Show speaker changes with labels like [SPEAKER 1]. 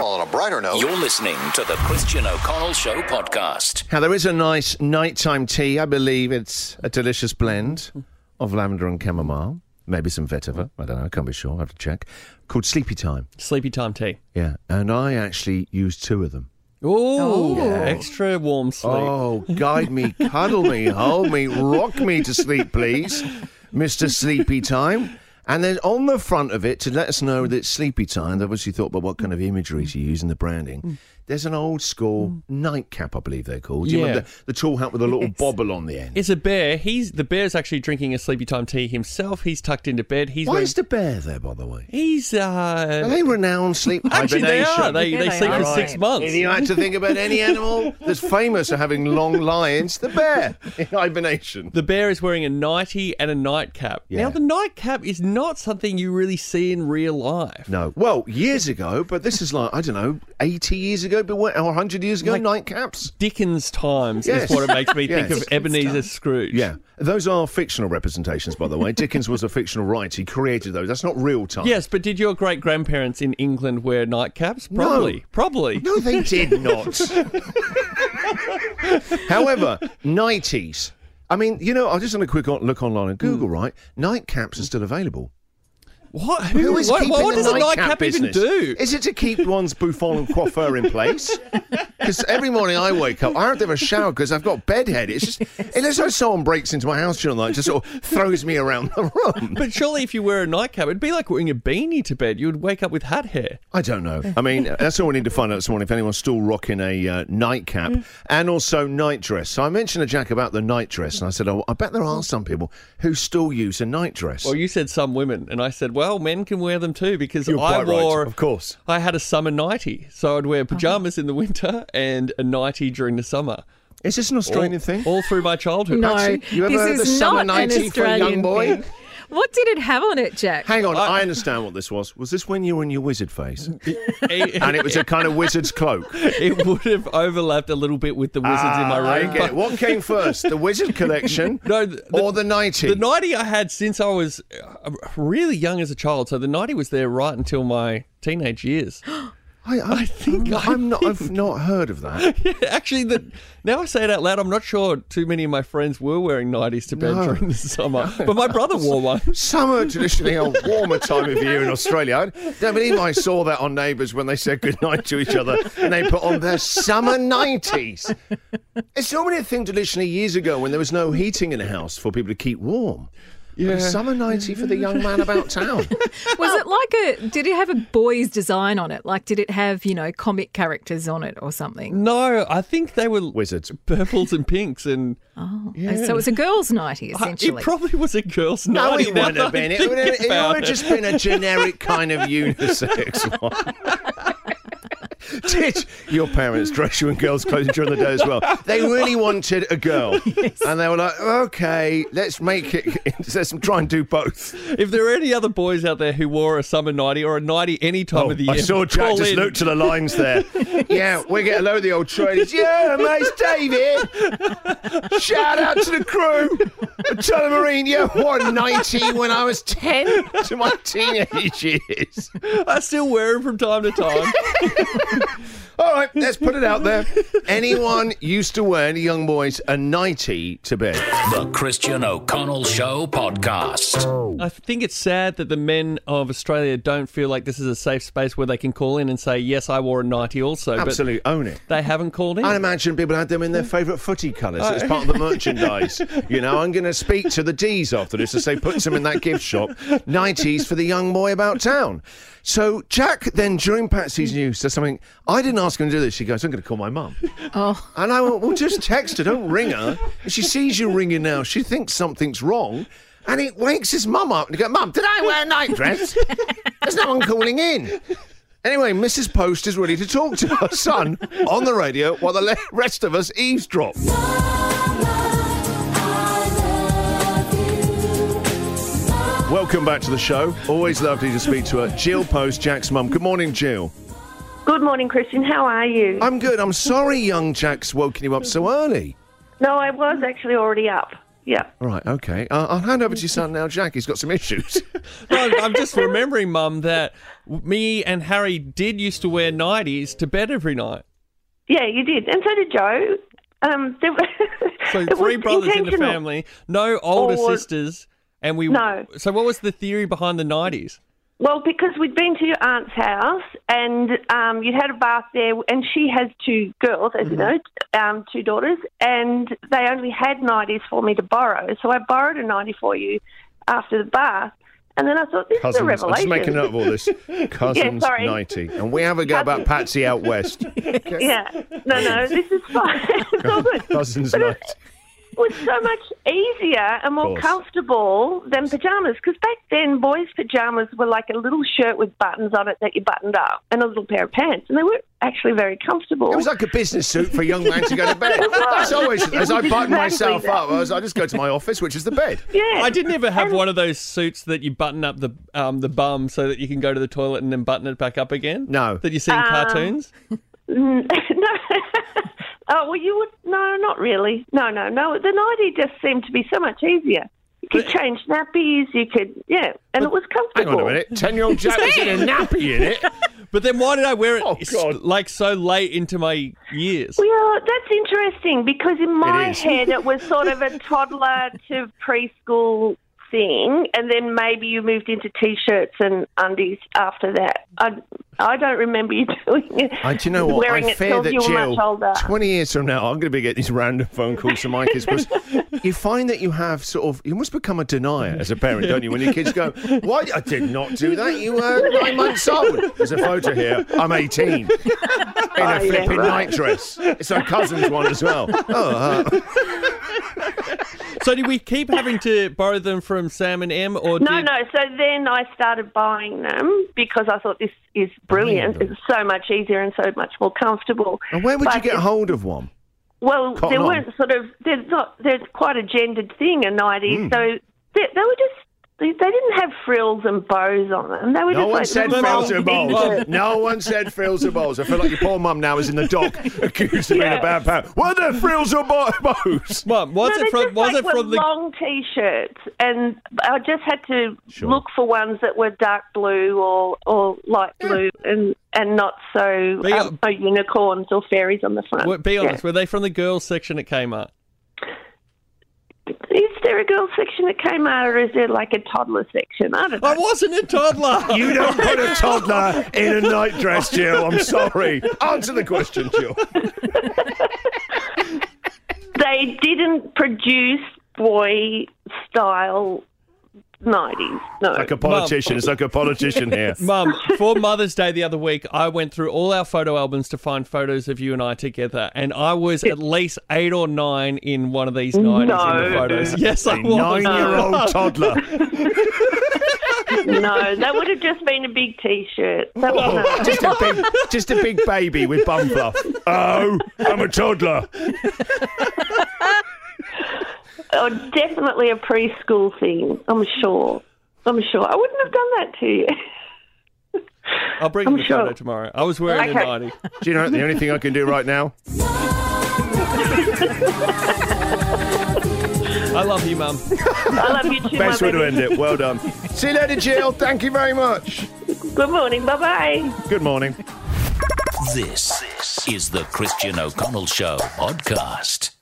[SPEAKER 1] on a brighter note.
[SPEAKER 2] You're listening to the Christian O'Connell Show podcast.
[SPEAKER 3] Now, there is a nice nighttime tea. I believe it's a delicious blend of lavender and chamomile. Maybe some vetiver. I don't know. I can't be sure. I have to check. Called Sleepy Time.
[SPEAKER 4] Sleepy time tea.
[SPEAKER 3] Yeah. And I actually used two of them.
[SPEAKER 4] Ooh, extra warm sleep.
[SPEAKER 3] Oh, guide me, cuddle me, hold me, rock me to sleep, please, Mr. Sleepy Time. And then on the front of it, to let us know that it's sleepy time, they obviously thought about what kind of imagery to use in the
[SPEAKER 4] Mm.
[SPEAKER 3] branding. There's an old school nightcap, I believe they're called. Do you
[SPEAKER 4] Yeah.
[SPEAKER 3] remember the, the tall hat with a little bobble on the end?
[SPEAKER 4] It's a bear. He's the bear's actually drinking a sleepy time tea himself. He's tucked into bed. He's
[SPEAKER 3] Why
[SPEAKER 4] wearing-
[SPEAKER 3] is the bear there, by the way?
[SPEAKER 4] he's
[SPEAKER 3] Are
[SPEAKER 4] uh
[SPEAKER 3] they renowned sleep
[SPEAKER 4] actually they
[SPEAKER 3] hibernation?
[SPEAKER 4] are. They
[SPEAKER 5] Yeah,
[SPEAKER 4] they
[SPEAKER 5] they
[SPEAKER 4] sleep
[SPEAKER 5] are.
[SPEAKER 4] for six
[SPEAKER 5] Right.
[SPEAKER 3] If
[SPEAKER 4] months.
[SPEAKER 3] you had to think about any animal that's famous for having long lions, the bear in hibernation.
[SPEAKER 4] The bear is wearing a nightie and a nightcap.
[SPEAKER 3] Yeah.
[SPEAKER 4] Now the nightcap is not something you really see in real life.
[SPEAKER 3] No. Well, years ago, but this is like, I don't know, 80 years ago, but what, or 100 years ago,
[SPEAKER 4] Like-
[SPEAKER 3] nightcaps.
[SPEAKER 4] Dickens times
[SPEAKER 3] Yes.
[SPEAKER 4] is what it makes me think
[SPEAKER 3] Yes.
[SPEAKER 4] of Ebenezer Scrooge.
[SPEAKER 3] Yeah. Those are fictional representations, by the way. Dickens was a fictional writer. He created those. That's not real time.
[SPEAKER 4] Yes, but did your great grandparents in England wear nightcaps? Probably. Probably.
[SPEAKER 3] No, they did not. However, 90s. I mean, you know, I just had a quick on- look online and
[SPEAKER 4] Hmm.
[SPEAKER 3] Google, right? Nightcaps are still available.
[SPEAKER 4] What?
[SPEAKER 3] Who is
[SPEAKER 4] what,
[SPEAKER 3] keeping
[SPEAKER 4] what
[SPEAKER 3] the
[SPEAKER 4] does a
[SPEAKER 3] nightcap,
[SPEAKER 4] nightcap even
[SPEAKER 3] business?
[SPEAKER 4] do?
[SPEAKER 3] Is it to keep one's bouffant and coiffure in place? Because every morning I wake up, I have to have a shower because I've got bedhead. It's just it looks like someone breaks into my house during the night, just sort of throws me around the room.
[SPEAKER 4] But surely if you wear a nightcap, it'd be like wearing a beanie to bed. You would wake up with hat hair.
[SPEAKER 3] I don't know. I mean, that's all we need to find out this morning. If anyone's still rocking a uh, nightcap and also nightdress. So I mentioned to Jack about the nightdress, and I said, "Oh, I bet there are some people who still use a nightdress."
[SPEAKER 4] Well, you said some women, and I said, well, men can wear them too because
[SPEAKER 3] You're
[SPEAKER 4] I
[SPEAKER 3] quite right,
[SPEAKER 4] wore,
[SPEAKER 3] of course.
[SPEAKER 4] I had a summer nightie, so I'd wear pajamas in the winter and a nightie during the summer.
[SPEAKER 3] Is this an Australian thing?
[SPEAKER 4] All through my childhood.
[SPEAKER 5] No,
[SPEAKER 3] Patsy, you ever
[SPEAKER 5] this
[SPEAKER 3] heard
[SPEAKER 5] is
[SPEAKER 3] the summer
[SPEAKER 5] not an
[SPEAKER 3] 90 for a young
[SPEAKER 5] Australian
[SPEAKER 3] boy?
[SPEAKER 5] Thing. What did it have on it, Jack?
[SPEAKER 3] Hang on, I understand what this was. Was this when you were in your wizard phase?
[SPEAKER 4] It,
[SPEAKER 3] and it was a kind of wizard's cloak.
[SPEAKER 4] it would have overlapped a little bit with the wizards in my
[SPEAKER 3] Ah, I
[SPEAKER 4] room.
[SPEAKER 3] get it.
[SPEAKER 4] but-
[SPEAKER 3] What came first, the wizard collection
[SPEAKER 4] No, the-
[SPEAKER 3] or the 90?
[SPEAKER 4] The 90 I had since I was uh, really young as a child. So the 90 was there right until my teenage years.
[SPEAKER 3] I, I think
[SPEAKER 4] I
[SPEAKER 3] I'm not, I've not heard of that.
[SPEAKER 4] Actually, the, now I say it out loud, I'm not sure too many of my friends were wearing 90s to bed
[SPEAKER 3] No.
[SPEAKER 4] during the summer. But my brother wore one.
[SPEAKER 3] Summer traditionally a warmer time of year in Australia. I don't believe I saw that on Neighbours when they said goodnight to each other and they put on their summer 90s. It's normally a thing traditionally years ago when there was no heating in a house for people to keep warm. Yeah. summer 90 for the young man about town.
[SPEAKER 5] Was it like a? Did it have a boy's design on it? Like, did it have you know comic characters on it or something?
[SPEAKER 4] No, I think they were
[SPEAKER 3] Wizards.
[SPEAKER 4] purples and pinks. And
[SPEAKER 5] So it was a girls'
[SPEAKER 3] Uh,
[SPEAKER 5] nighty
[SPEAKER 4] it
[SPEAKER 5] essentially.
[SPEAKER 4] probably was a girl's
[SPEAKER 3] No,
[SPEAKER 4] 90.
[SPEAKER 3] it wouldn't
[SPEAKER 4] now
[SPEAKER 3] have
[SPEAKER 4] that I
[SPEAKER 3] been. It
[SPEAKER 4] think
[SPEAKER 3] would have, it
[SPEAKER 4] about
[SPEAKER 3] would have just been a generic kind of unisex one. Did your parents dress you in girls' clothes during the day as well? They really wanted a girl, and they were like, "Okay, let's make it. Let's try and do both."
[SPEAKER 4] If there are any other boys out there who wore a summer 90 or a 90 any time of the year,
[SPEAKER 3] Oh, I saw Jack
[SPEAKER 4] call
[SPEAKER 3] just
[SPEAKER 4] in.
[SPEAKER 3] look to the lines there. yeah, we get a load of the old tradies. Yeah, mate, David. Shout out to the crew. Telemarine, yeah, 190 when I was 10 to my teenage years.
[SPEAKER 4] I still wear them from time to time.
[SPEAKER 3] All right, let's put it out there. Anyone used to wear, any young boys, a 90 to bed?
[SPEAKER 2] The Christian O'Connell Show podcast.
[SPEAKER 4] I think it's sad that the men of Australia don't feel like this is a safe space where they can call in and say, "Yes, I wore a nightie also."
[SPEAKER 3] Absolutely, own it.
[SPEAKER 4] But they haven't called in.
[SPEAKER 3] I'd imagine people had them in their favourite footy colours. It's part of the merchandise. You know, I'm going to speak to the D's after this as they put them in that gift shop. 90s for the young boy about town. So Jack then, during Patsy's news, says something. I didn't ask him to do this. She goes, I'm going to call my mum.
[SPEAKER 5] Oh.
[SPEAKER 3] And I went, well, just text her. Don't ring her. If she sees you ringing now, she thinks something's wrong. And it wakes his mum up and he goes, Mum, did I wear a nightdress? There's no one calling in. Anyway, Mrs. Post is ready to talk to her son on the radio while the le- rest of us eavesdrop. Welcome back to the show. Always lovely to speak to her. Jill Post, Jack's mum. Good morning, Jill.
[SPEAKER 6] Good morning, Christian. How are you?
[SPEAKER 3] I'm good. I'm sorry young Jack's woken you up so early.
[SPEAKER 6] no, I was actually already up. Yeah.
[SPEAKER 3] Right, okay. Uh, I'll hand over to your son now, Jack. He's got some issues.
[SPEAKER 4] No, I'm just remembering, Mum, that me and Harry did used to wear nighties to bed every night.
[SPEAKER 6] Yeah, you did. And so did Joe. Um, there were-
[SPEAKER 4] So
[SPEAKER 6] it
[SPEAKER 4] three
[SPEAKER 6] was
[SPEAKER 4] brothers in the
[SPEAKER 6] intentional.
[SPEAKER 4] family, no older
[SPEAKER 6] Or-
[SPEAKER 4] sisters, and we.
[SPEAKER 6] No.
[SPEAKER 4] So what was the theory behind the nineties?
[SPEAKER 6] Well, because we'd been to your aunt's house and um, you'd had a bath there, and she has two girls, as you
[SPEAKER 4] Mm-hmm.
[SPEAKER 6] know, t- um, two daughters, and they only had 90s for me to borrow. So I borrowed a 90 for you after the bath. And then I thought, this is a
[SPEAKER 3] Cousins. I'm
[SPEAKER 6] revelation.
[SPEAKER 3] just making note of all this. Cousins
[SPEAKER 6] sorry.
[SPEAKER 3] 90. And we have a go about Patsy out west.
[SPEAKER 6] Yeah. No, no, this is fine. it's all good.
[SPEAKER 3] Cousins
[SPEAKER 6] But
[SPEAKER 3] 90.
[SPEAKER 6] it was so much easier and more
[SPEAKER 3] course.
[SPEAKER 6] comfortable than pajamas because back then boys' pajamas were like a little shirt with buttons on it that you buttoned up and a little pair of pants, and they were actually very comfortable.
[SPEAKER 3] It was like a business suit for a young man to go to bed. That's always, as I button
[SPEAKER 6] exactly
[SPEAKER 3] myself
[SPEAKER 6] that.
[SPEAKER 3] up, I, was, I just go to my office, which is the bed.
[SPEAKER 6] yeah,
[SPEAKER 4] I didn't ever have one of those suits that you button up the um, the bum so that you can go to the toilet and then button it back up again.
[SPEAKER 3] No.
[SPEAKER 4] that you see in
[SPEAKER 6] Um,
[SPEAKER 4] cartoons.
[SPEAKER 6] Mm, no. oh well, you would no, not really. No, no, no. The nightie just seemed to be so much easier. You could change nappies. You could, yeah, and it was
[SPEAKER 3] Hang
[SPEAKER 6] comfortable.
[SPEAKER 3] on a minute. 10 year old Jack was in a nappy in it.
[SPEAKER 4] But then why did I wear it
[SPEAKER 3] Oh,
[SPEAKER 4] s-
[SPEAKER 3] God.
[SPEAKER 4] like so late into my years?
[SPEAKER 6] Well, that's interesting because in my
[SPEAKER 3] is.
[SPEAKER 6] head it was sort of a toddler to preschool thing, and then maybe you moved into t-shirts and undies after that. I I don't remember you doing it.
[SPEAKER 3] I, Uh, do you know what?
[SPEAKER 6] Wearing
[SPEAKER 3] I
[SPEAKER 6] it
[SPEAKER 3] fear
[SPEAKER 6] till
[SPEAKER 3] that
[SPEAKER 6] you were
[SPEAKER 3] Jill,
[SPEAKER 6] much older.
[SPEAKER 3] 20 years from now, I'm going to be getting these random phone calls from my kids because you find that you have sort of, you must become a denier as a parent, don't you? When your kids go, Why? I did not do that. You were nine months old. There's a photo here. I'm 18. In a
[SPEAKER 6] Oh,
[SPEAKER 3] flipping
[SPEAKER 6] right.
[SPEAKER 3] nightdress. It's her cousin's one as well. Oh, uh,
[SPEAKER 4] So did we keep having to borrow them from Sam and Em, or
[SPEAKER 6] No,
[SPEAKER 4] did...
[SPEAKER 6] no. So then I started buying them because I thought this is brilliant. It's so much easier and so much more comfortable.
[SPEAKER 3] and where would you
[SPEAKER 6] But
[SPEAKER 3] get
[SPEAKER 6] it's-
[SPEAKER 3] hold of one?
[SPEAKER 6] Well,
[SPEAKER 3] Cotton
[SPEAKER 6] there
[SPEAKER 3] on.
[SPEAKER 6] weren't sort of there's not there's quite a gendered thing in nineties.
[SPEAKER 3] Hmm.
[SPEAKER 6] So they, they were just they, they didn't have frills and bows on them. They were
[SPEAKER 3] No
[SPEAKER 6] just
[SPEAKER 3] one
[SPEAKER 6] like
[SPEAKER 3] said
[SPEAKER 6] little
[SPEAKER 3] frills
[SPEAKER 4] frills
[SPEAKER 3] and
[SPEAKER 4] and
[SPEAKER 6] things
[SPEAKER 3] balls.
[SPEAKER 6] that-
[SPEAKER 3] No one said frills and balls. I feel like your poor mum now is in the dock accused of being a
[SPEAKER 6] Yeah.
[SPEAKER 3] bad parent. Were there frills or bo- balls?
[SPEAKER 4] Mum, was
[SPEAKER 6] No, they
[SPEAKER 4] it from
[SPEAKER 6] just
[SPEAKER 4] was
[SPEAKER 6] like
[SPEAKER 4] it
[SPEAKER 6] were
[SPEAKER 4] from the
[SPEAKER 6] long t-shirts, and I just had to
[SPEAKER 3] Sure.
[SPEAKER 6] look for ones that were dark blue or, or light blue, and, and not so
[SPEAKER 4] Be
[SPEAKER 6] um,
[SPEAKER 4] hon-
[SPEAKER 6] no unicorns or fairies on the front.
[SPEAKER 4] Well, Be
[SPEAKER 6] Yeah.
[SPEAKER 4] honest, were they from the girls section at Kmart?
[SPEAKER 6] Is there a girls section at Kmart, or is there like a toddler section? I don't know.
[SPEAKER 4] I wasn't a toddler.
[SPEAKER 3] You don't put a toddler in a nightdress, Jill. I'm sorry. Answer the question, Jill.
[SPEAKER 6] they didn't produce boy style 90s. No.
[SPEAKER 3] Like a politician. It's like a politician here.
[SPEAKER 4] Mum, for Mother's Day the other week, I went through all our photo albums to find photos of you and I together, and I was at least eight or nine in one of these nineties in the
[SPEAKER 6] No.
[SPEAKER 4] photos. Yes, I was.
[SPEAKER 3] Nine-year-old toddler.
[SPEAKER 6] no, that would have just been a big t shirt. That was
[SPEAKER 3] Oh, just a big, just a big baby with bum fluff. Oh, I'm a toddler.
[SPEAKER 6] oh, definitely a preschool thing, I'm sure. I'm sure. I wouldn't have done that to you.
[SPEAKER 4] I'll bring you
[SPEAKER 6] I'm
[SPEAKER 4] the
[SPEAKER 6] sure.
[SPEAKER 4] photo tomorrow. I was wearing
[SPEAKER 6] Okay.
[SPEAKER 4] a nightie.
[SPEAKER 3] Do you know the only thing I can do right now?
[SPEAKER 4] I love you, Mum.
[SPEAKER 6] I love you too,
[SPEAKER 3] Best
[SPEAKER 6] my
[SPEAKER 3] way to
[SPEAKER 6] baby.
[SPEAKER 3] end it. Well done. See you later, Jill. Thank you very much.
[SPEAKER 6] Good morning. Bye bye.
[SPEAKER 3] Good morning.
[SPEAKER 2] This is the Christian O'Connell Show podcast.